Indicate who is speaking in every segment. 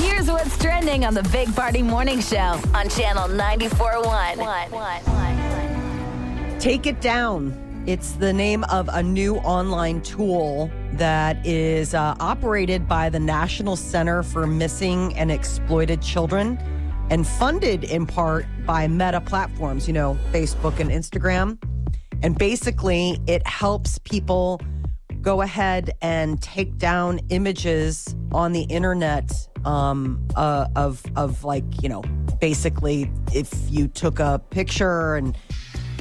Speaker 1: Here's what's trending on the Big Party Morning Show on Channel 94.1.
Speaker 2: Take It Down. It's the name of a new online tool that is uh, operated by the National Center for Missing and Exploited Children and funded in part by meta platforms, you know, Facebook and Instagram. And basically, it helps people go ahead and take down images on the internet um, uh, of, of like, you know, basically if you took a picture and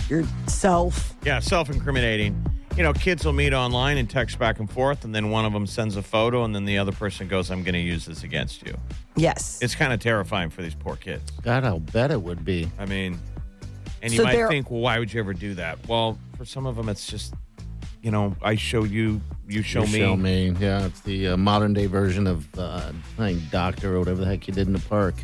Speaker 2: yourself.
Speaker 3: Yeah, self incriminating. You know, kids will meet online and text back and forth, and then one of them sends a photo, and then the other person goes, I'm going to use this against you.
Speaker 2: Yes.
Speaker 3: It's kind of terrifying for these poor kids.
Speaker 4: God, I'll bet it would be.
Speaker 3: I mean, and you
Speaker 2: So
Speaker 3: might
Speaker 2: there-
Speaker 3: think, well, why would you ever do that? Well, for some of them, it's just, you know, I show you, you show,
Speaker 4: You
Speaker 3: me.
Speaker 4: Show me. Yeah, it's the uh, modern day version of uh, playing doctor or whatever the heck you did in the park.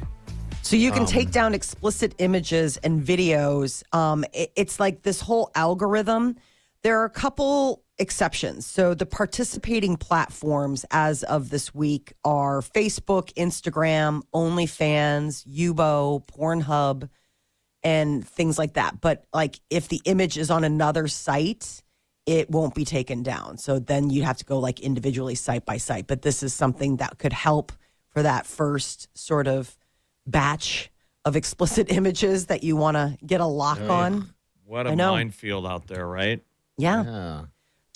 Speaker 2: So you can take down explicit images and videos. Um, it- it's like this whole algorithm. There are a couple exceptions. So the participating platforms as of this week are Facebook, Instagram, OnlyFans, Yubo, Pornhub, and things like that. But like if the image is on another site, it won't be taken down. So then you have to go like individually site by site. But this is something that could help for that first sort of batch of explicit images that you want to get a lock on.
Speaker 3: What
Speaker 2: I
Speaker 3: a
Speaker 2: know.
Speaker 3: minefield out there, right?
Speaker 2: Yeah.
Speaker 4: Yeah.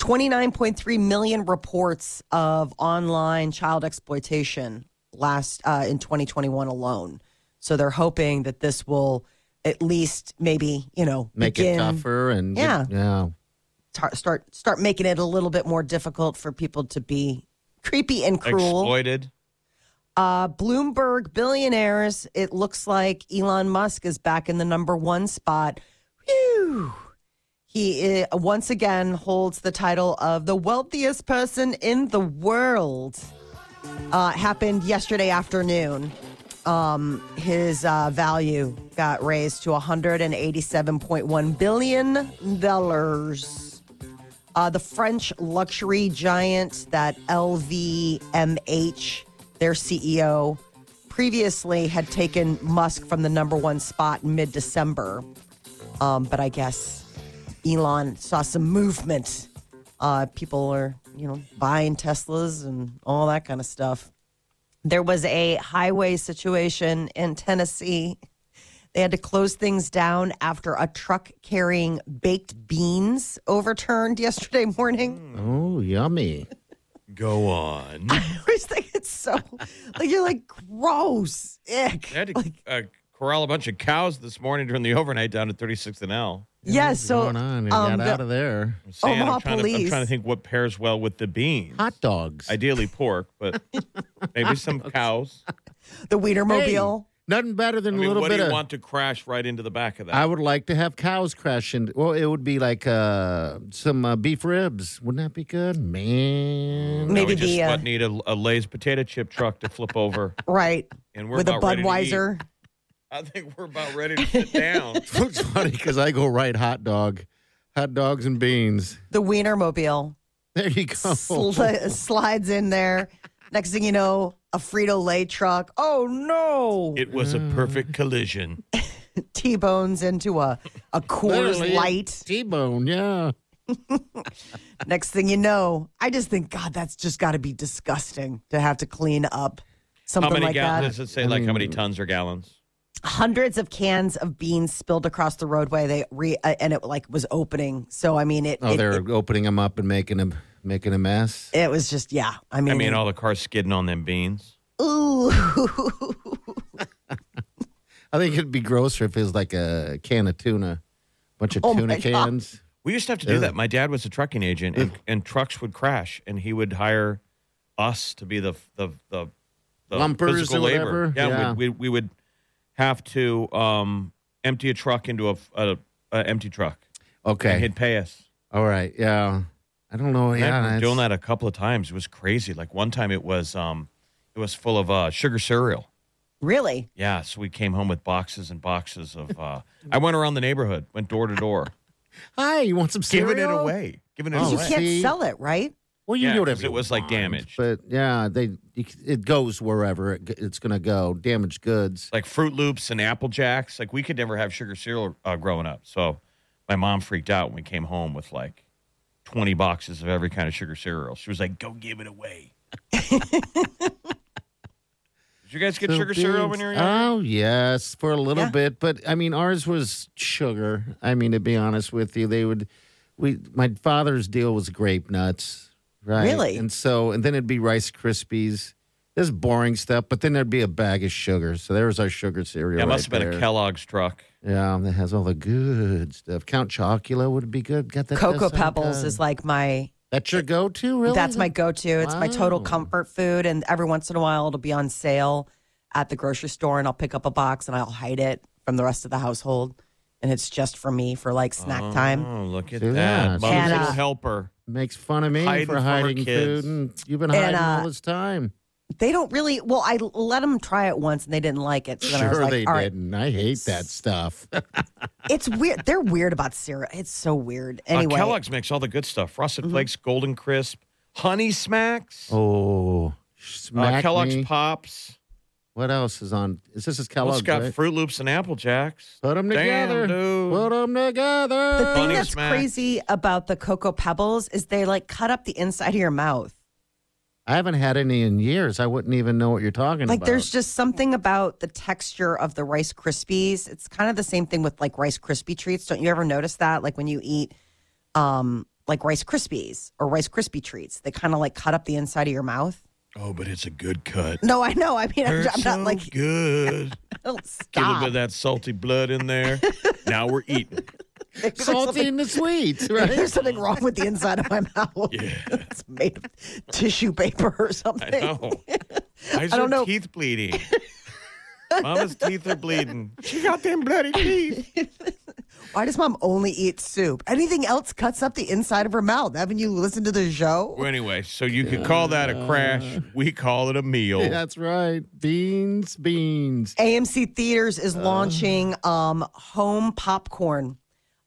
Speaker 2: 29.3 million reports of online child exploitation last uh, in 2021 alone. So they're hoping that this will at least maybe, you know,
Speaker 4: Make
Speaker 2: begin-
Speaker 4: it tougher and
Speaker 2: Yeah.
Speaker 4: yeah.
Speaker 2: tar- start start making it a little bit more difficult for people to be creepy and cruel.
Speaker 3: Exploited.
Speaker 2: Uh, Bloomberg billionaires. It looks like Elon Musk is back in the number one spot. Whew. He uh, once again holds the title of the wealthiest person in the world. Uh, it happened yesterday afternoon. Um, his uh, value got raised to 187.1 billion dollars. Uh, the French luxury giant that LVMH, their CEO, previously had taken Musk from the number one spot in mid December. Um, but I guess Elon saw some movement. Uh, people are, you know, buying Teslas and all that kind of stuff. There was a highway situation in Tennessee. They had to close things down after a truck carrying baked beans overturned yesterday morning.
Speaker 4: Oh, yummy.
Speaker 3: Go on.
Speaker 2: I always think it's so like you're like gross. Ick.
Speaker 3: They had to uh, corral a bunch of cows this morning during the overnight down at 36th and L.
Speaker 2: Yes. So
Speaker 4: going on? You
Speaker 2: um,
Speaker 4: got
Speaker 2: the-
Speaker 4: out of there.
Speaker 3: Saying,
Speaker 2: Omaha
Speaker 3: I'm, trying to, I'm
Speaker 2: police.
Speaker 3: trying to think what pairs well with the beans.
Speaker 4: Hot dogs.
Speaker 3: Ideally pork, but maybe some cows.
Speaker 2: the Wienermobile.
Speaker 4: Nothing better than
Speaker 3: I
Speaker 4: a
Speaker 3: mean,
Speaker 4: little
Speaker 3: what
Speaker 4: bit
Speaker 3: do you
Speaker 4: of.
Speaker 3: want to crash right into the back of that?
Speaker 4: I would like to have cows crash into. Well, it would be like uh, some uh, beef ribs. Wouldn't that be good, man?
Speaker 3: Now we
Speaker 2: Maybe
Speaker 3: just
Speaker 2: the uh,
Speaker 3: what, need a, a Lay's potato chip truck to flip over,
Speaker 2: right
Speaker 3: and we're
Speaker 2: with a
Speaker 3: about ready to eat.
Speaker 2: Budweiser.
Speaker 3: I think we're about ready to sit down.
Speaker 2: Mm.
Speaker 4: It's funny because I go right hot dog, hot dogs and beans.
Speaker 2: The Wienermobile
Speaker 4: There you
Speaker 3: Oh,
Speaker 4: go.
Speaker 2: sli- slides in there. Next thing you know, a Frito Lay truck. Oh no!
Speaker 3: it was a perfect collision.
Speaker 2: T bones into a a Coors
Speaker 4: Literally,
Speaker 2: Light.
Speaker 4: T-bone. Yeah.
Speaker 2: Next thing you know, I just think, God, that's just got to be disgusting to have to clean up
Speaker 3: How
Speaker 2: something
Speaker 3: many
Speaker 2: like
Speaker 3: gallons?
Speaker 2: that.
Speaker 3: Does it say like how many tons or gallons?
Speaker 2: Hundreds of cans of beans spilled across the roadway. They re uh, and it like was opening. So I mean, it
Speaker 4: Oh,
Speaker 2: it,
Speaker 4: they're
Speaker 2: it,
Speaker 4: opening them up and making them making a mess.
Speaker 2: it was just yeah. I mean,
Speaker 3: I mean, all the cars skidding on them beans.
Speaker 2: ooh,
Speaker 4: I think it'd be grosser if it was like a can of tuna, bunch of
Speaker 2: Oh, my
Speaker 4: tuna
Speaker 2: God.
Speaker 4: cans.
Speaker 3: We used to have to do that. My dad was a trucking agent, and, and trucks would crash, and he would hire us to be the the the the
Speaker 4: Lumpers or
Speaker 3: physical labor.
Speaker 4: whatever?
Speaker 3: Yeah,
Speaker 4: Yeah.
Speaker 3: We, we we would have to um, empty a truck into a, a, a empty truck, and
Speaker 4: Okay.
Speaker 3: he'd pay us.
Speaker 4: All right. Yeah. I don't know.
Speaker 3: Yeah,
Speaker 4: Yeah.
Speaker 3: I remember
Speaker 4: that's-
Speaker 3: doing that a couple of times. It was crazy. Like one time, it was um, it was full of uh, sugar cereal.
Speaker 2: Really?
Speaker 3: Yeah, so we came home with boxes and boxes of. Uh, I went around the neighborhood, went door to door,
Speaker 4: Hi, you want some cereal?
Speaker 3: giving it away, giving it
Speaker 4: Oh,
Speaker 2: you
Speaker 3: away.
Speaker 4: right.
Speaker 2: can't
Speaker 4: See?
Speaker 2: sell it, right?
Speaker 4: Well, you
Speaker 3: Yeah, 'cause
Speaker 4: do whatever.
Speaker 3: it
Speaker 4: you
Speaker 3: was, like,
Speaker 4: want,
Speaker 3: damaged.
Speaker 4: But yeah, they it goes wherever it, it's going to go. Damaged goods.
Speaker 3: Like Fruit Loops and Apple Jacks. Like we could never have sugar cereal uh, growing up, so my mom freaked out when we came home with like twenty boxes of every kind of sugar cereal. She was like, "Go give it away." Did you guys get
Speaker 4: So
Speaker 3: sugar cereal when
Speaker 4: beans-
Speaker 3: you were young?
Speaker 4: Oh yes, for a little
Speaker 2: Yeah.
Speaker 4: bit, but I mean ours was sugar. I mean to be honest with you, they would we my father's deal was grape nuts, right?
Speaker 2: Really?
Speaker 4: And so and then it'd be Rice Krispies. This boring stuff, but then there'd be a bag of sugar. So there was our sugar cereal.
Speaker 3: yeah, it
Speaker 4: right
Speaker 3: must have been
Speaker 4: there.
Speaker 3: a Kellogg's truck.
Speaker 4: Yeah, that has all the good stuff. Count Chocula would be good. Got that
Speaker 2: Cocoa
Speaker 4: that sound
Speaker 2: Pebbles
Speaker 4: good.
Speaker 2: is like my
Speaker 4: that's your go-to. Really?
Speaker 2: that's my go-to. It's my total
Speaker 4: Wow.
Speaker 2: comfort food and every once in a while it'll be on sale at the grocery store and I'll pick up a box and I'll hide it from the rest of the household and it's just for me for like snack time.
Speaker 3: Oh, look at
Speaker 4: See
Speaker 3: that.
Speaker 4: that?
Speaker 3: Mother's
Speaker 2: And,
Speaker 3: little
Speaker 2: uh,
Speaker 3: helper.
Speaker 4: makes fun of me
Speaker 3: Hiding
Speaker 4: for
Speaker 3: from her
Speaker 4: hiding
Speaker 3: kids.
Speaker 4: food, and you've been hiding
Speaker 2: And,
Speaker 4: all
Speaker 2: uh,
Speaker 4: this time.
Speaker 2: They don't really well I l- let them try it once and they didn't like it. So then I was
Speaker 4: Sure,
Speaker 2: like,
Speaker 4: they
Speaker 2: "All right."
Speaker 4: didn't. I hate that stuff.
Speaker 2: It's weird. They're weird about cereal. It's so weird.
Speaker 3: Uh,
Speaker 2: Anyway, Mm-hmm.
Speaker 3: Kellogg's makes all the good stuff. Frosted Flakes, Golden Crisp, Honey Smacks,
Speaker 4: oh,
Speaker 3: uh,
Speaker 4: smack
Speaker 3: Kellogg's
Speaker 4: me.
Speaker 3: Pops.
Speaker 4: What else is on? Is this is
Speaker 3: Well,
Speaker 4: Kellogg's?
Speaker 3: it's got
Speaker 4: right?
Speaker 3: Fruit Loops and Apple Jacks.
Speaker 4: Put them
Speaker 3: Damn,
Speaker 4: together.
Speaker 3: dude.
Speaker 4: Put them
Speaker 2: the
Speaker 4: together.
Speaker 2: thing
Speaker 3: Bunny
Speaker 2: that's
Speaker 3: smack.
Speaker 2: crazy about the cocoa pebbles is they like cut up the inside of your mouth.
Speaker 4: I haven't had any in years. I wouldn't even know what you're talking
Speaker 2: Like
Speaker 4: about.
Speaker 2: there's just something about the texture of the Rice Krispies. It's kind of the same thing with like Rice Krispie treats. Don't you ever notice that? Like when you eat um like Rice Krispies or Rice Krispie treats, they kind of like cut up the inside of your mouth.
Speaker 3: Oh, but it's a good cut.
Speaker 2: No, I know. I mean, I'm,
Speaker 3: Hurts
Speaker 2: I'm not
Speaker 3: so
Speaker 2: like
Speaker 3: good.
Speaker 2: don't
Speaker 3: Get a little bit of
Speaker 2: stop.
Speaker 3: that salty blood in there. now we're eating.
Speaker 4: salty and the sweets, right?
Speaker 2: There's something wrong with the inside of my mouth. it's made of tissue paper or
Speaker 3: I
Speaker 2: something.
Speaker 3: know. Why is
Speaker 2: I don't
Speaker 3: her
Speaker 2: know.
Speaker 3: teeth bleeding? Mama's teeth are bleeding. She got them bloody teeth.
Speaker 2: Why does mom only eat soup? Anything else cuts up the inside of her mouth. Haven't you listened to the show?
Speaker 3: Well, anyway, so you could call that a crash. We call it a meal.
Speaker 4: That's right. Beans, beans.
Speaker 2: AMC Theaters is launching um, home popcorn,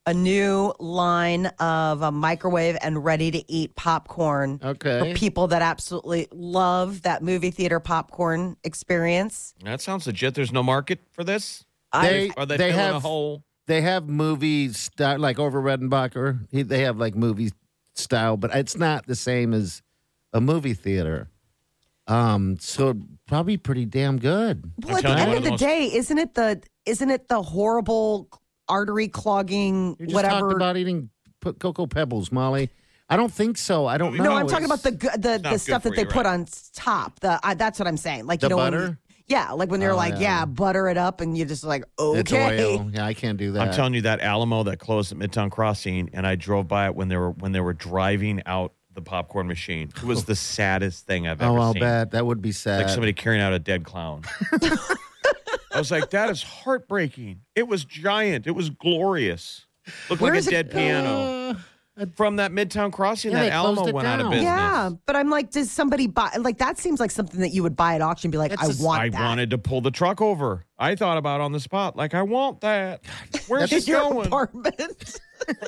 Speaker 2: a new line of a microwave and ready to eat popcorn
Speaker 4: Okay.
Speaker 2: for people that absolutely love that movie theater popcorn experience.
Speaker 3: That sounds legit. There's no market for this.
Speaker 4: They-
Speaker 3: Are they,
Speaker 4: they
Speaker 3: filling
Speaker 4: have
Speaker 3: a hole?
Speaker 4: they have movie style, like over Redenbacher. He, they have like movie style, but it's not the same as a movie theater. Um, so probably pretty damn good.
Speaker 2: Well, at the
Speaker 3: telling you,
Speaker 2: end of
Speaker 3: one of
Speaker 2: the
Speaker 3: the most-
Speaker 2: day, isn't it the isn't it the horrible artery clogging
Speaker 4: You just
Speaker 2: whatever?
Speaker 4: talked about eating p- cocoa pebbles, Molly. I don't think so. I don't know.
Speaker 2: No, I'm talking about the
Speaker 4: It's-
Speaker 2: gu- the
Speaker 3: not
Speaker 2: the
Speaker 3: good
Speaker 2: stuff
Speaker 3: for
Speaker 2: that they
Speaker 3: you,
Speaker 2: put
Speaker 3: right?
Speaker 2: on s- top. The I, that's what I'm saying. Like
Speaker 4: The
Speaker 2: you know, when
Speaker 4: butter?
Speaker 2: you- yeah, like when they're
Speaker 4: Oh,
Speaker 2: like, yeah.
Speaker 4: yeah.
Speaker 2: butter it up, and you're just like,
Speaker 4: It's
Speaker 2: okay.
Speaker 4: oil. Yeah, I can't do that.
Speaker 3: I'm telling you that Alamo that closed at Midtown Crossing, and I drove by it when they were when they were driving out the popcorn machine. It was the saddest thing I've ever
Speaker 4: Oh, I'll
Speaker 3: seen.
Speaker 4: bet that would be sad.
Speaker 3: Like somebody carrying out a dead clown. I was like, that is heartbreaking. It was giant. It was glorious. Looked
Speaker 2: Where
Speaker 3: like
Speaker 2: is
Speaker 3: a
Speaker 2: it
Speaker 3: dead piano.
Speaker 4: Uh,
Speaker 3: From that Midtown Crossing,
Speaker 4: Yeah,
Speaker 3: that
Speaker 4: they closed
Speaker 3: Alamo
Speaker 4: it
Speaker 3: went out of
Speaker 4: down.
Speaker 3: business.
Speaker 2: Yeah, but I'm like, does somebody buy? Like that seems like something that you would buy at auction. and Be like,
Speaker 4: It's
Speaker 2: I
Speaker 4: just-
Speaker 2: want
Speaker 3: I
Speaker 2: that.
Speaker 3: wanted to pull the truck over. I thought about it on the spot, like I want that. Where's
Speaker 2: in
Speaker 3: it
Speaker 2: your
Speaker 3: going?
Speaker 2: apartment.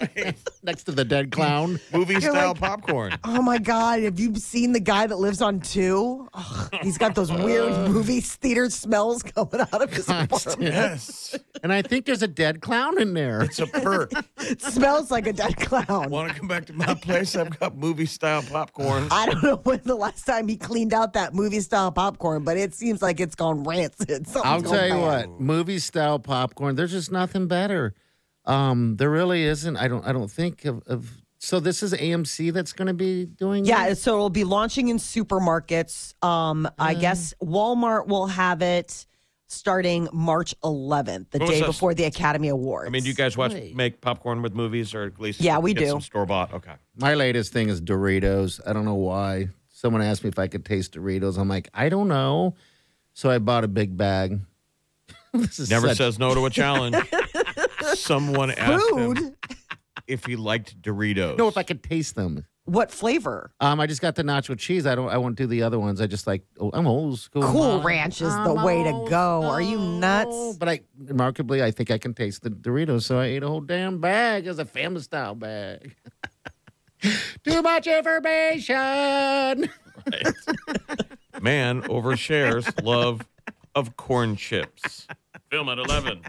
Speaker 4: next to the dead clown.
Speaker 3: Movie style popcorn.
Speaker 2: oh my god, have you seen the guy that lives on two? Ugh, he's got those weird movie theater smells coming out of his apartment.
Speaker 3: Yes,
Speaker 4: And I think there's a dead clown in there.
Speaker 3: it's a perk.
Speaker 2: It smells like a dead clown.
Speaker 3: Want to come back to my place? I've got movie style popcorn.
Speaker 2: I don't know when the last time he cleaned out that movie style popcorn, but it seems like it's gone rancid. Something's
Speaker 4: I'll
Speaker 2: gone
Speaker 4: tell you
Speaker 2: bad.
Speaker 4: what, movie style popcorn. There's just nothing better. Um, there really isn't. I don't. I don't think of. of so this is AMC that's going to be doing.
Speaker 2: Yeah,
Speaker 4: this?
Speaker 2: so it'll be launching in supermarkets. Um, I guess Walmart will have it starting March 11th, the
Speaker 4: Oh,
Speaker 3: What was
Speaker 2: day
Speaker 3: that?
Speaker 2: before the Academy Awards.
Speaker 3: I mean, do you guys watch
Speaker 4: Wait.
Speaker 3: make popcorn with movies, or at least
Speaker 2: Yeah, we
Speaker 3: get
Speaker 2: do.
Speaker 3: some store bought. Okay,
Speaker 4: My latest thing is Doritos. I don't know why. Someone asked me if I could taste Doritos. I'm like, I don't know. So I bought a big bag. this is
Speaker 3: Never
Speaker 4: such-
Speaker 3: says no to a challenge. Someone asked him
Speaker 2: Food?
Speaker 3: if he liked Doritos.
Speaker 4: No, if I could taste them.
Speaker 2: What flavor?
Speaker 4: Um, I just got the nacho cheese. I don't. I won't do the other ones. I just like. Oh, I'm old school.
Speaker 2: Cool Ranch is the way to go. Are you nuts?
Speaker 4: But I remarkably, I think I can taste the Doritos. So I ate a whole damn bag as a family style bag. Too much information.
Speaker 3: Man overshares love of corn chips. Film at 11.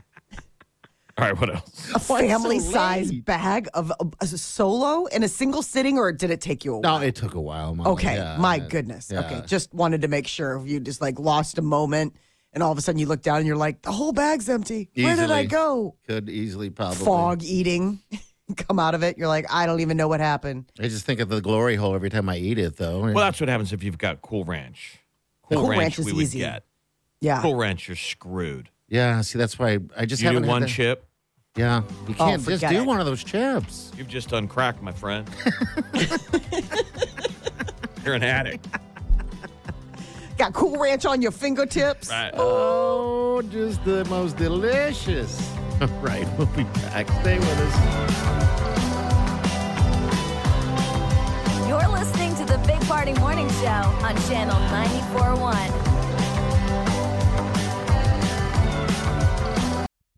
Speaker 3: All right, what else?
Speaker 2: A family size
Speaker 4: late?
Speaker 2: bag of a, a solo in a single sitting, or did it take you a while?
Speaker 4: No, it took a while. Mama.
Speaker 2: Okay,
Speaker 4: Yeah,
Speaker 2: my
Speaker 4: yeah.
Speaker 2: goodness.
Speaker 4: yeah.
Speaker 2: Okay, just wanted to make sure if you just like lost a moment and all of a sudden you look down and you're like, the whole bag's empty. Where did I
Speaker 4: Easily.
Speaker 2: go?
Speaker 4: Could easily probably
Speaker 2: Fog eating. Come out of it. You're like, I don't even know what happened.
Speaker 4: I just think of the glory hole every time I eat it, though.
Speaker 3: Well, that's what happens if you've got Cool Ranch. Cool,
Speaker 2: Cool
Speaker 3: Ranch,
Speaker 2: Ranch is
Speaker 3: we would
Speaker 2: easy.
Speaker 3: get.
Speaker 2: Yeah.
Speaker 3: Cool Ranch, you're screwed.
Speaker 4: yeah. See, that's why I Ah. just
Speaker 3: You do
Speaker 4: haven't had
Speaker 3: one
Speaker 4: that-
Speaker 3: chip,
Speaker 4: Yeah, you can't just
Speaker 2: Oh, forget
Speaker 4: do
Speaker 2: it.
Speaker 4: one of those chips.
Speaker 3: you've just done crack, my friend. you're an addict.
Speaker 2: Got Cool Ranch on your fingertips.
Speaker 3: Right.
Speaker 4: Oh, just the most delicious. All right, we'll be back. Stay with us.
Speaker 1: You're listening to the Big Party Morning Show on Channel 941.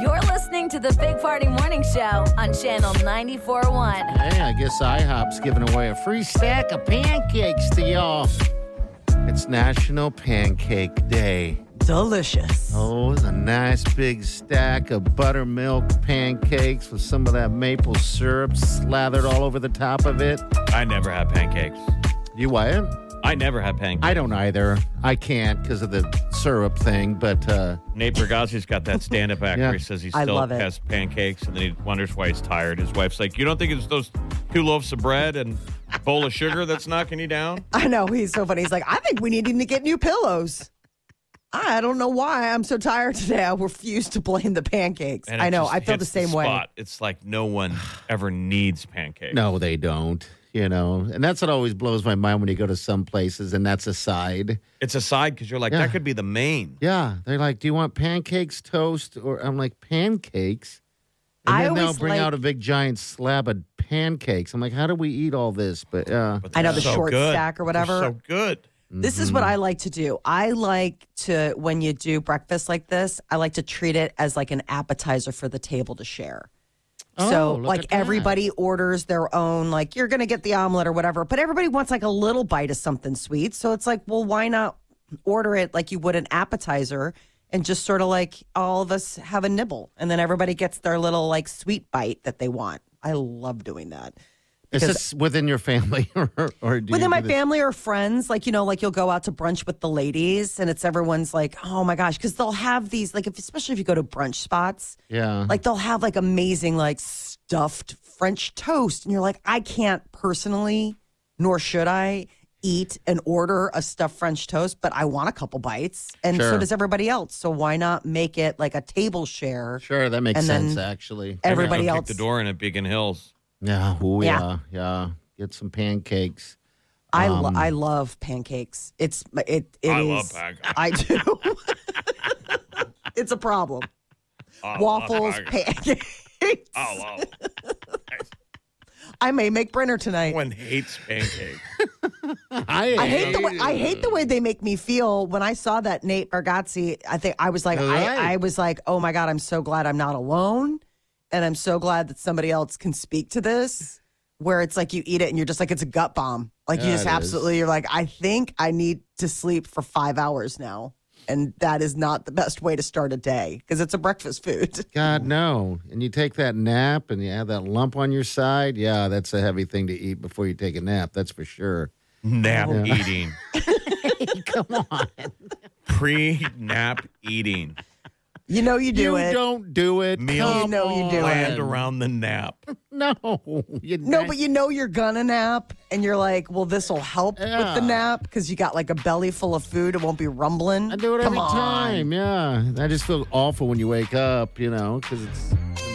Speaker 1: You're listening to the Big Party Morning Show on Channel 941.
Speaker 4: Hey, I guess IHOP's giving away a free stack of pancakes to y'all. It's National Pancake Day.
Speaker 2: Delicious.
Speaker 4: Oh, it's a nice big stack of buttermilk pancakes with some of that maple syrup slathered all over the top of it.
Speaker 3: I never have pancakes.
Speaker 4: You Wyatt?
Speaker 3: I never have pancakes.
Speaker 4: I don't either. I can't because of the syrup thing, but uh,
Speaker 3: Nate Bergazzi's got that stand-up act
Speaker 4: Yeah.
Speaker 3: where he says he
Speaker 2: I
Speaker 3: still
Speaker 2: love it.
Speaker 3: has pancakes, and then he wonders why he's tired. His wife's like, "You don't think it's those two loaves of bread and a bowl of sugar that's knocking you down?"
Speaker 2: I know. He's so funny. He's like, I think we need him to get new pillows. I don't know why I'm so tired today. I refuse to blame the pancakes.
Speaker 3: And it
Speaker 2: I know.
Speaker 3: just
Speaker 2: I feel the
Speaker 3: hits
Speaker 2: same way.
Speaker 3: spot. It's like no one ever needs pancakes.
Speaker 4: No, they don't. You know, and that's what always blows my mind when you go to some places, and that's a side.
Speaker 3: it's a side because you're like,
Speaker 4: Yeah.
Speaker 3: that could be the main.
Speaker 4: Yeah, they're like, "Do you want pancakes, toast?" Or I'm like, "Pancakes." And
Speaker 2: I
Speaker 4: then they'll
Speaker 2: always
Speaker 4: bring
Speaker 2: like-
Speaker 4: out a big giant slab of pancakes. I'm like, "How do we eat all this?" But uh,
Speaker 3: But
Speaker 2: I know,
Speaker 3: they're
Speaker 2: the short
Speaker 3: good.
Speaker 2: stack or
Speaker 3: They're
Speaker 2: whatever.
Speaker 3: so good.
Speaker 2: This is
Speaker 4: Mm-hmm.
Speaker 2: what I like to do. I like to, when you do breakfast like this, I like to treat it as like an appetizer for the table to share. so,
Speaker 4: Oh, look
Speaker 2: like
Speaker 4: at that.
Speaker 2: everybody orders their own, like you're going to get the omelet or whatever, but everybody wants like a little bite of something sweet. So, it's like, well, why not order it like you would an appetizer and just sort of like all of us have a nibble and then everybody gets their little like sweet bite that they want. I love doing that.
Speaker 4: is this within your family or, or do
Speaker 2: Within
Speaker 4: you
Speaker 2: my
Speaker 4: do this-
Speaker 2: family or friends, like, you know, like you'll go out to brunch with the ladies and it's everyone's like, oh my gosh, because they'll have these, like, if, especially if you go to brunch spots,
Speaker 4: Yeah,
Speaker 2: like they'll have like amazing, like stuffed French toast. And you're like, I can't personally, nor should I eat and order a stuffed French toast, but I want a couple bites. And so
Speaker 4: Sure.
Speaker 2: does everybody else. So why not make it like a table share?
Speaker 4: sure, that makes
Speaker 2: and then
Speaker 4: sense actually.
Speaker 2: Everybody
Speaker 3: Kick
Speaker 2: else.
Speaker 3: the door in at Beacon Hills.
Speaker 4: Yeah, ooh,
Speaker 2: Yeah.
Speaker 4: yeah, yeah. Get some pancakes.
Speaker 2: I, lo-
Speaker 4: Um.
Speaker 2: I love pancakes. It's it. it
Speaker 3: I
Speaker 2: is-
Speaker 3: love pancakes.
Speaker 2: I do. it's a problem.
Speaker 3: I love
Speaker 2: Waffles,
Speaker 3: pancakes.
Speaker 2: pancakes.
Speaker 3: I love-
Speaker 2: I may make Brenner tonight.
Speaker 3: Everyone hates pancakes.
Speaker 4: I,
Speaker 2: I hate the way I hate the way they make me feel. When I saw that Nate Bargatze, I think I was like,
Speaker 4: Right.
Speaker 2: I, I was like, oh my god, I'm so glad I'm not alone, and I'm so glad that somebody else can speak to this. Where it's like you eat it and you're just like it's a gut bomb. Like you
Speaker 4: Yeah,
Speaker 2: just
Speaker 4: it is.
Speaker 2: absolutely, you're like, I think I need to sleep for five hours now, and that is not the best way to start a day because it's a breakfast food.
Speaker 4: God no. And you take that nap and you have that lump on your side. Yeah, that's a heavy thing to eat before you take a nap. That's for sure.
Speaker 3: Nap eating. Come on. Pre nap eating.
Speaker 2: You know you do
Speaker 4: you
Speaker 2: it.
Speaker 4: don't do it.
Speaker 3: Meal
Speaker 4: Come
Speaker 2: know you do it.
Speaker 3: planned around the nap.
Speaker 4: No, you
Speaker 2: No, but you know you're gonna nap, and you're like, well, this will help with
Speaker 4: Yeah.
Speaker 2: the nap because you got like a belly full of food. It won't be rumbling.
Speaker 4: I do it
Speaker 2: Come
Speaker 4: every
Speaker 2: on.
Speaker 4: time. Yeah, I just feel awful when you wake up, you know, because it's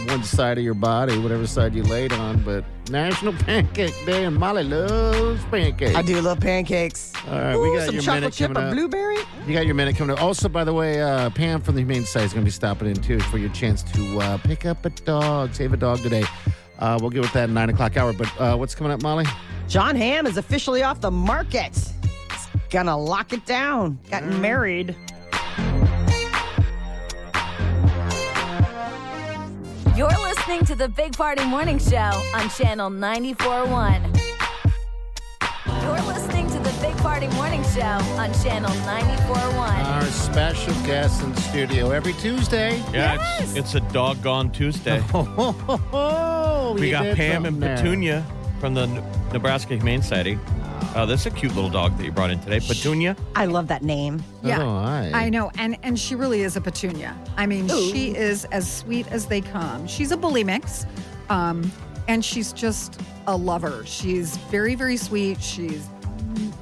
Speaker 4: one side of your body, whatever side you laid on. But National Pancake Day, and Molly loves pancakes.
Speaker 2: I do love pancakes.
Speaker 4: All right,
Speaker 2: Ooh,
Speaker 4: we got
Speaker 2: some
Speaker 4: your
Speaker 2: chocolate
Speaker 4: minute
Speaker 2: chip
Speaker 4: coming
Speaker 2: or
Speaker 4: up.
Speaker 2: blueberry.
Speaker 4: You got your minute coming up. Also, by the way, uh, Pam from the Humane Society is going to be stopping in too for your chance to uh, pick up a dog, save a dog today. Uh, we'll get with that at nine o'clock hour. But uh, what's coming up, Molly?
Speaker 2: John Ham is officially off the market. He's gonna lock it down. Got
Speaker 4: Mm.
Speaker 2: married.
Speaker 1: You're listening to the Big Party Morning Show on Channel 941. You're listening to the Big Party Morning Show on Channel 941.
Speaker 4: Our special guest in studio every Tuesday.
Speaker 3: Yeah, it's, it's a doggone Tuesday.
Speaker 4: Oh,
Speaker 3: we
Speaker 4: you
Speaker 3: got
Speaker 4: did
Speaker 3: Pam and
Speaker 4: something there.
Speaker 3: Petunia from the N- Nebraska Humane Society. Uh, that's a cute little dog that you brought in today. Petunia,
Speaker 2: I love that name.
Speaker 5: Yeah.
Speaker 4: Oh, I.
Speaker 5: I know, and and she really is a petunia. I mean, she is as sweet as they come. She's a bully mix, um, and she's just a lover. She's very very sweet. She's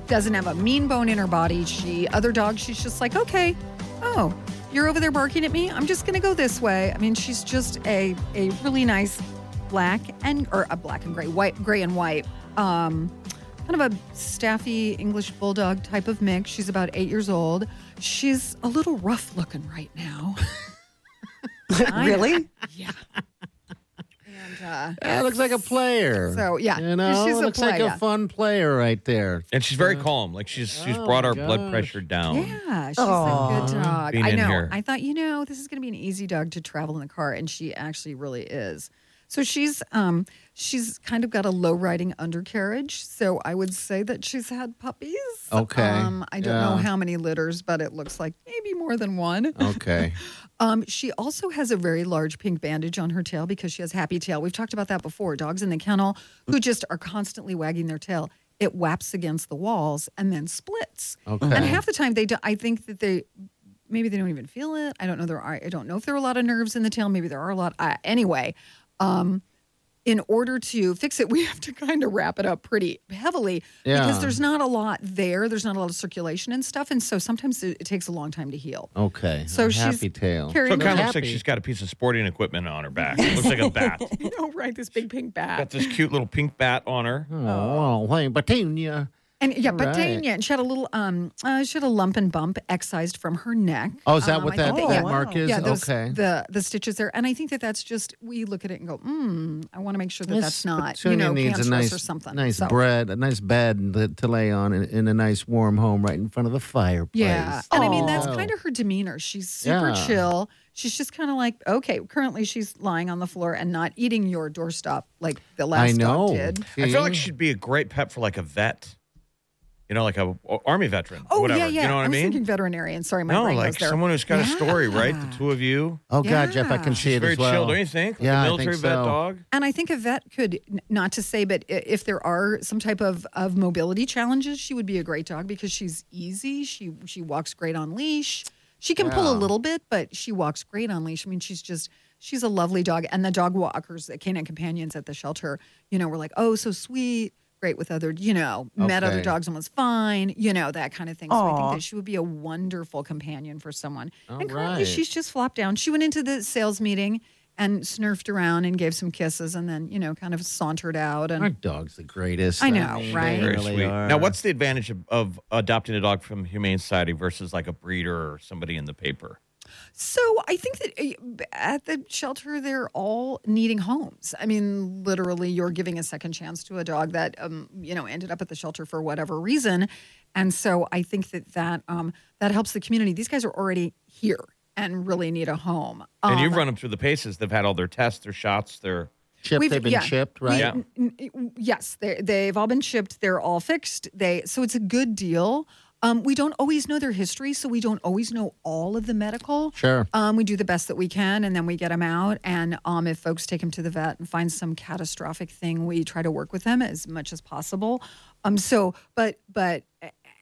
Speaker 5: doesn't have a mean bone in her body. She other dogs, she's just like, okay, oh, you're over there barking at me. I'm just gonna go this way. I mean, she's just a a really nice black and or a black and gray, white, gray and white. Um, kind of a staffy English bulldog type of mix. She's about eight years old. She's a little rough looking right now. I-
Speaker 2: really?
Speaker 5: yeah. And uh,
Speaker 4: That looks like a player.
Speaker 5: So, yeah,
Speaker 4: you know,
Speaker 5: she's
Speaker 4: it
Speaker 5: a
Speaker 4: looks like
Speaker 5: player.
Speaker 4: a fun player right there.
Speaker 3: and she's very calm. Like she's she's
Speaker 4: Oh,
Speaker 3: brought our
Speaker 4: gosh.
Speaker 3: blood pressure down.
Speaker 5: yeah, she's a
Speaker 2: Aw.
Speaker 5: good dog.
Speaker 3: Being
Speaker 5: I
Speaker 3: in
Speaker 5: know.
Speaker 3: here.
Speaker 5: I thought, you know, this is going to be an easy dog to travel in the car, and she actually really is. So she's um she's kind of got a low riding undercarriage. So I would say that she's had puppies.
Speaker 4: Okay.
Speaker 5: Um, I don't know
Speaker 4: Yeah.
Speaker 5: how many litters, but it looks like maybe more than
Speaker 3: Oh,
Speaker 5: one.
Speaker 4: Okay.
Speaker 5: Um, she also has a very large pink bandage on her tail because she has happy tail. We've talked about that before. Dogs in the kennel who just are constantly wagging their tail. It whaps against the walls and then splits.
Speaker 4: Okay.
Speaker 5: And half the time they do, I think that they maybe they don't even feel it. I don't know there are I don't know if there are a lot of nerves in the tail. Maybe there are a lot. Uh, anyway, um in order to fix it, we have to kind of wrap it up pretty heavily
Speaker 4: Yeah.
Speaker 5: because there's not a lot there. There's not a lot of circulation and stuff, and so sometimes it, it takes a long time to heal.
Speaker 4: Okay.
Speaker 5: So
Speaker 4: A
Speaker 5: she's
Speaker 4: happy tail.
Speaker 3: So
Speaker 5: Carrying
Speaker 3: it kind of
Speaker 5: her-
Speaker 3: looks like she's got a piece of sporting equipment on her back. It looks like a bat.
Speaker 5: you know, right? This big pink
Speaker 3: got
Speaker 5: bat.
Speaker 3: this cute little pink bat on her.
Speaker 4: Oh, hey, Petunia.
Speaker 5: And yeah,
Speaker 4: Right.
Speaker 5: but Tanya, and she had a little, um, uh, she had a lump and bump excised from her neck.
Speaker 4: Oh, is that
Speaker 5: Um,
Speaker 4: what
Speaker 5: I
Speaker 4: that,
Speaker 5: think
Speaker 4: that
Speaker 5: yeah.
Speaker 4: mark is?
Speaker 5: Yeah, those,
Speaker 4: okay.
Speaker 5: the the stitches there, and I think that that's just we look at it and go, hmm, I want to make sure that
Speaker 4: Miss
Speaker 5: that's not,
Speaker 4: Petunia
Speaker 5: you know,
Speaker 4: needs
Speaker 5: cancerous
Speaker 4: a nice,
Speaker 5: or something.
Speaker 4: nice
Speaker 5: So,
Speaker 4: bread, a nice bed to, to lay on in, in a nice warm home right in front of the fireplace.
Speaker 5: Yeah, and I mean that's
Speaker 4: Aw.
Speaker 5: kind of her demeanor. She's
Speaker 4: Oh.
Speaker 5: super
Speaker 4: Yeah.
Speaker 5: chill. She's just kind of like, okay. Currently, she's lying on the floor and not eating your doorstop like the last
Speaker 4: I know.
Speaker 5: dog did.
Speaker 3: I feel like
Speaker 4: See?
Speaker 3: she'd be a great pet for like a vet. You know, like a, a army veteran.
Speaker 5: Oh
Speaker 3: whatever.
Speaker 5: yeah, yeah.
Speaker 3: You know what I
Speaker 5: was
Speaker 3: mean?
Speaker 5: thinking veterinarian. Sorry, my
Speaker 3: no,
Speaker 5: brain
Speaker 3: like
Speaker 5: goes there.
Speaker 3: someone who's got a story, right?
Speaker 5: Yeah.
Speaker 3: The two of you.
Speaker 4: Oh God, Jeff, I
Speaker 5: Yeah.
Speaker 4: can see it
Speaker 3: Very
Speaker 4: as well.
Speaker 3: chill, don't you think? Like
Speaker 4: Yeah, I
Speaker 3: a
Speaker 4: think
Speaker 3: military vet
Speaker 4: so.
Speaker 3: dog.
Speaker 5: And I think a vet could, n- not to say, but i- if there are some type of, of mobility challenges, she would be a great dog because she's easy. She she walks great on leash. She can pull a
Speaker 4: Yeah.
Speaker 5: little bit, but she walks great on leash. I mean, she's just she's a lovely dog. And the dog walkers, the canine companions at the shelter, you know, were like, oh, so sweet, great with other, you know, met other
Speaker 4: Okay.
Speaker 5: dogs and was fine, you know, that kind of thing. So I
Speaker 2: Aw.
Speaker 5: think that she would be a wonderful companion for someone.
Speaker 4: All
Speaker 5: and currently,
Speaker 4: right.
Speaker 5: she's she's just flopped down. She went into the sales meeting and snurfed around and gave some kisses and then, you know, kind of sauntered out.
Speaker 4: Our
Speaker 5: And
Speaker 4: dog's the greatest.
Speaker 5: I know,
Speaker 4: mean,
Speaker 5: right?
Speaker 4: They
Speaker 3: Very
Speaker 4: really
Speaker 3: sweet.
Speaker 4: are.
Speaker 3: Now, what's the advantage of, of adopting a dog from Humane Society versus like a breeder or somebody in the paper?
Speaker 5: So I think that uh, at the shelter, they're all needing homes. I mean, literally, you're giving a second chance to a dog that um, you know ended up at the shelter for whatever reason, and so I think that that um, that helps the community. These guys are already here and really need a home. Um,
Speaker 3: and you've run them through the paces. They've had all their tests, their shots, their
Speaker 4: Chipped,
Speaker 5: We've-
Speaker 4: they've been
Speaker 5: yeah.
Speaker 4: chipped, right?
Speaker 3: Yeah.
Speaker 5: N- n- yes, they they've all been shipped. They're all fixed. They so it's a good deal. Um, we don't always know their history, so we don't always know all of the medical.
Speaker 4: Sure.
Speaker 5: Um, we do the best that we can, and then we get them out. And um, if folks take them to the vet and find some catastrophic thing, we try to work with them as much as possible. Um, so, but but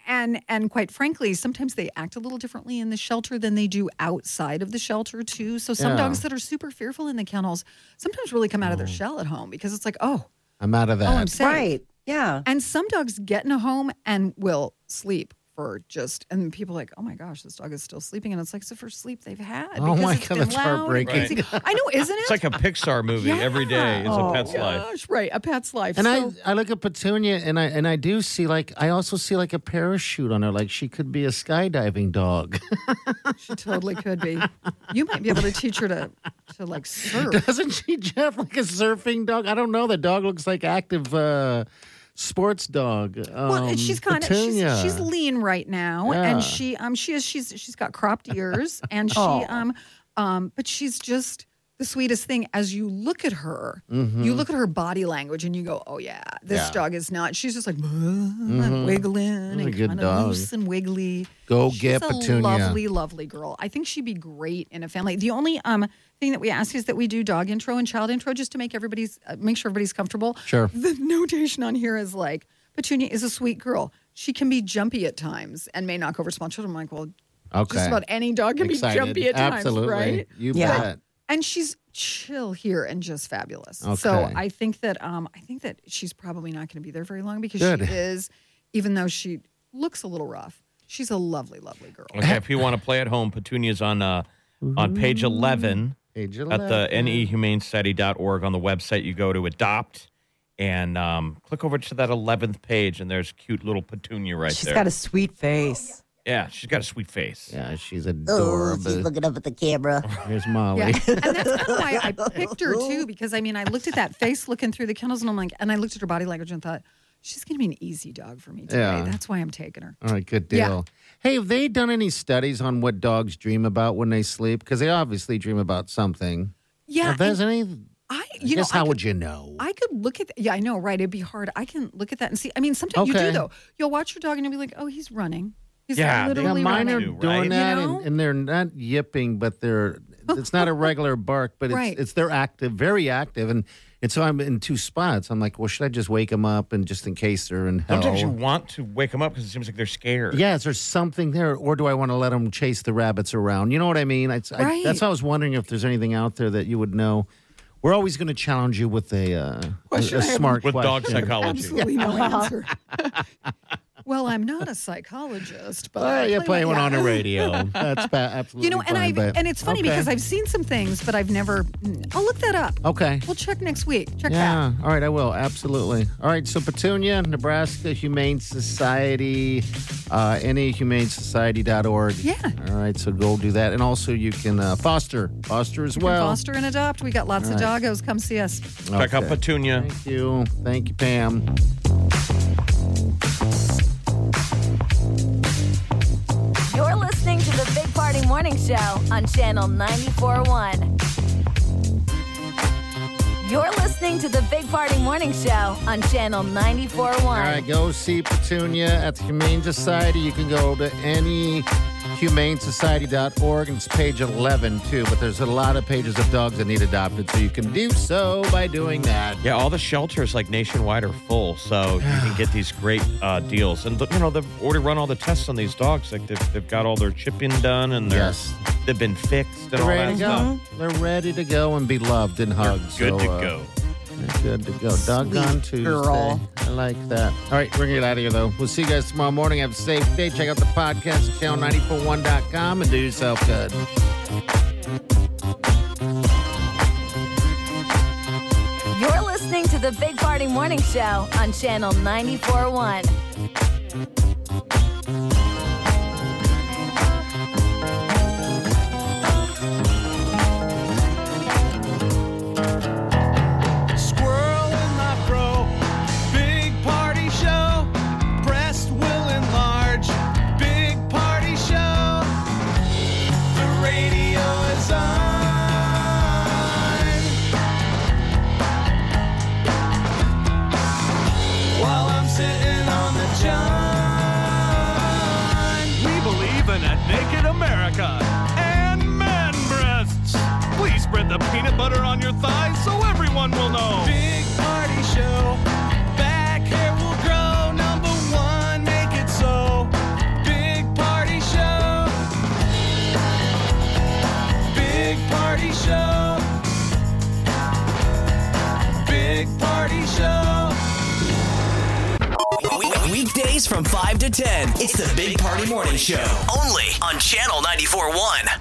Speaker 5: and and quite frankly, sometimes they act a little differently in the shelter than they do outside of the shelter too. So some
Speaker 4: Yeah.
Speaker 5: dogs that are super fearful in the kennels sometimes really come out of
Speaker 4: Mm.
Speaker 5: their shell at home because it's like, oh,
Speaker 4: I'm out of that.
Speaker 5: oh, I'm safe.
Speaker 2: Right. Yeah.
Speaker 5: And some dogs get in a home and will sleep for just, and people are like, oh my gosh, this dog is still sleeping. And it's like, it's the first sleep they've had.
Speaker 4: Oh
Speaker 5: because
Speaker 4: my God,
Speaker 5: it's been
Speaker 4: that's
Speaker 5: loud and
Speaker 4: heartbreaking.
Speaker 5: noisy. I know, isn't it?
Speaker 3: It's like a Pixar movie. Every day is a
Speaker 2: Oh,
Speaker 3: pet's life.
Speaker 5: gosh, right, a pet's life.
Speaker 4: And
Speaker 5: so,
Speaker 4: I, I look at Petunia and I and I do see like I also see like a parachute on her, like she could be a skydiving dog.
Speaker 5: she totally could be. You might be able to teach her to, to like surf.
Speaker 4: Doesn't she, Jeff, like a surfing dog? I don't know. The dog looks like active uh sports dog.
Speaker 5: Well,
Speaker 4: Um,
Speaker 5: she's kind of she's,
Speaker 4: Petunia.
Speaker 5: she's lean right now,
Speaker 4: Yeah.
Speaker 5: and she um she is she's she's got cropped ears, and she
Speaker 4: Oh.
Speaker 5: um um but she's just the sweetest thing. As you look at her, you look at her body language, and you go, "Oh yeah,
Speaker 4: Mm-hmm.
Speaker 5: this
Speaker 4: Yeah. Mm-hmm.
Speaker 5: dog is not." She's just like and wiggling
Speaker 4: a
Speaker 5: and
Speaker 4: good
Speaker 5: kind of
Speaker 4: dog.
Speaker 5: loose and wiggly.
Speaker 4: Go
Speaker 5: she's
Speaker 4: get
Speaker 5: a
Speaker 4: Petunia.
Speaker 5: lovely, lovely girl. I think she'd be great in a family. The only um thing that we ask is that we do dog intro and child intro just to make everybody's uh, make sure everybody's comfortable
Speaker 4: Sure.
Speaker 5: the notation on here is like Petunia is a sweet girl. She can be jumpy at times and may knock over small children. I'm like, well,
Speaker 4: Okay.
Speaker 5: just about any dog can
Speaker 4: Excited.
Speaker 5: be jumpy at
Speaker 4: Absolutely.
Speaker 5: times, right?
Speaker 4: You
Speaker 2: Yeah.
Speaker 4: bet.
Speaker 5: And she's chill here and just fabulous. So
Speaker 4: Okay.
Speaker 5: I think that um, I think that she's probably not going to be there very long because
Speaker 4: Good.
Speaker 5: she is, even though she looks a little rough, she's a lovely, lovely girl.
Speaker 3: Okay, if you want to play at home, Petunia's on uh, on page 11
Speaker 4: Page
Speaker 3: at
Speaker 4: 11.
Speaker 3: the E nehumanesociety.org on the website. You go to adopt and um, click over to that 11th page, and there's cute little Petunia right
Speaker 2: She's
Speaker 3: there.
Speaker 2: got a sweet face.
Speaker 3: yeah, she's got a sweet face.
Speaker 4: Yeah, she's adorable.
Speaker 6: looking up at the camera.
Speaker 4: Here's Molly.
Speaker 5: Yeah. and that's kind of why I picked her too, because I mean, I looked at that face looking through the kennels, and I'm like, and I looked at her body language and thought, she's going to be an easy dog for me today.
Speaker 4: Yeah.
Speaker 5: That's why I'm taking her.
Speaker 4: All right, good deal.
Speaker 5: Yeah.
Speaker 4: Hey, have they done any studies on what dogs dream about when they sleep? Because they obviously dream about something.
Speaker 5: Yeah,
Speaker 4: If there's
Speaker 5: and
Speaker 4: any,
Speaker 5: I,
Speaker 4: I
Speaker 5: you know,
Speaker 4: guess
Speaker 5: I
Speaker 4: how
Speaker 5: could,
Speaker 4: would you know?
Speaker 5: I could look at. Yeah, I know, right? It'd be hard. I can look at that and see. I mean, sometimes you
Speaker 4: Okay.
Speaker 5: do though. You'll watch your dog and you'll be like, oh, he's running. He's
Speaker 3: Yeah,
Speaker 4: yeah,
Speaker 5: literally
Speaker 4: mine are
Speaker 5: running.
Speaker 4: doing
Speaker 3: running. Right?
Speaker 4: that,
Speaker 5: You know?
Speaker 4: and, and they're not yipping, but they're. It's not a regular bark, but it's
Speaker 5: Right.
Speaker 4: it's they're active, very active, and and so I'm in two spots. I'm like, well, should I just wake them up and just in case they're in hell?
Speaker 3: Sometimes you want to wake them up because it seems like they're scared.
Speaker 4: Yeah, is there something there, or do I want to let them chase the rabbits around? You know what I mean? I, I-
Speaker 5: Right.
Speaker 4: that's how I was wondering if there's anything out there that you would know. We're always going to challenge you with a, uh, a, a smart
Speaker 3: With
Speaker 4: question.
Speaker 3: dog psychology.
Speaker 5: Absolutely no answer. well, I'm not a psychologist, but
Speaker 4: Uh,
Speaker 5: I
Speaker 4: you
Speaker 5: play
Speaker 4: play
Speaker 5: with-
Speaker 4: one on
Speaker 5: yeah.
Speaker 4: the radio. That's ba- absolutely
Speaker 5: You know, and
Speaker 4: fine,
Speaker 5: I've
Speaker 4: but-
Speaker 5: and it's funny
Speaker 4: Okay.
Speaker 5: because I've seen some things, but I've never. mm, I'll look that up.
Speaker 4: Okay.
Speaker 5: We'll check next week. Check
Speaker 4: Yeah.
Speaker 5: back.
Speaker 4: All right, I will. Absolutely. All right, so Petunia, Nebraska Humane Society, uh, nehumanesociety.org.
Speaker 5: Yeah.
Speaker 4: All right, so go do that. And also you can uh, foster. Foster as
Speaker 5: You can
Speaker 4: well.
Speaker 5: foster and adopt. We got lots of doggos. Come see us.
Speaker 3: Check out
Speaker 4: Okay.
Speaker 3: Petunia.
Speaker 4: Thank you. Thank you, Pam.
Speaker 1: You're listening to the Big Party Morning Show on Channel 94.1. You're listening to the Big Party Morning Show on Channel 94.1.
Speaker 4: All right, go see Petunia at the Humane Society. You can go to E anyhumanesociety.org, and it's page 11, too. But there's a lot of pages of dogs that need adopted, so you can do so by doing that.
Speaker 3: Yeah, all the shelters like nationwide are full, so you can get these great uh, deals. And you know they've already run all the tests on these dogs. Like they've, they've got all their chipping done, and they're,
Speaker 4: Yes.
Speaker 3: they've been fixed and
Speaker 4: They're
Speaker 3: all
Speaker 4: ready
Speaker 3: that
Speaker 4: to
Speaker 3: stuff.
Speaker 4: go. They're ready to go and be loved and hugged.
Speaker 3: Good
Speaker 4: so,
Speaker 3: to
Speaker 4: uh,
Speaker 3: go.
Speaker 4: they're Good to go. Doggone Tuesday.
Speaker 2: girl.
Speaker 4: I like that. All right, we're going to get out of here, though. We'll see you guys tomorrow morning. Have a safe day. Check out the podcast, channel941.com, and do yourself good.
Speaker 1: You're listening to the Big Party Morning Show on Channel 94.1.
Speaker 3: Naked America and man breasts. Please spread the peanut butter on your thighs so everyone will know. Big party show. Back hair will grow. Number one, make it so. Big party show. Big party show. Big party show.
Speaker 2: Weekdays from 5 to 10. It's the Big Party Morning Show. Only on Channel 94.1.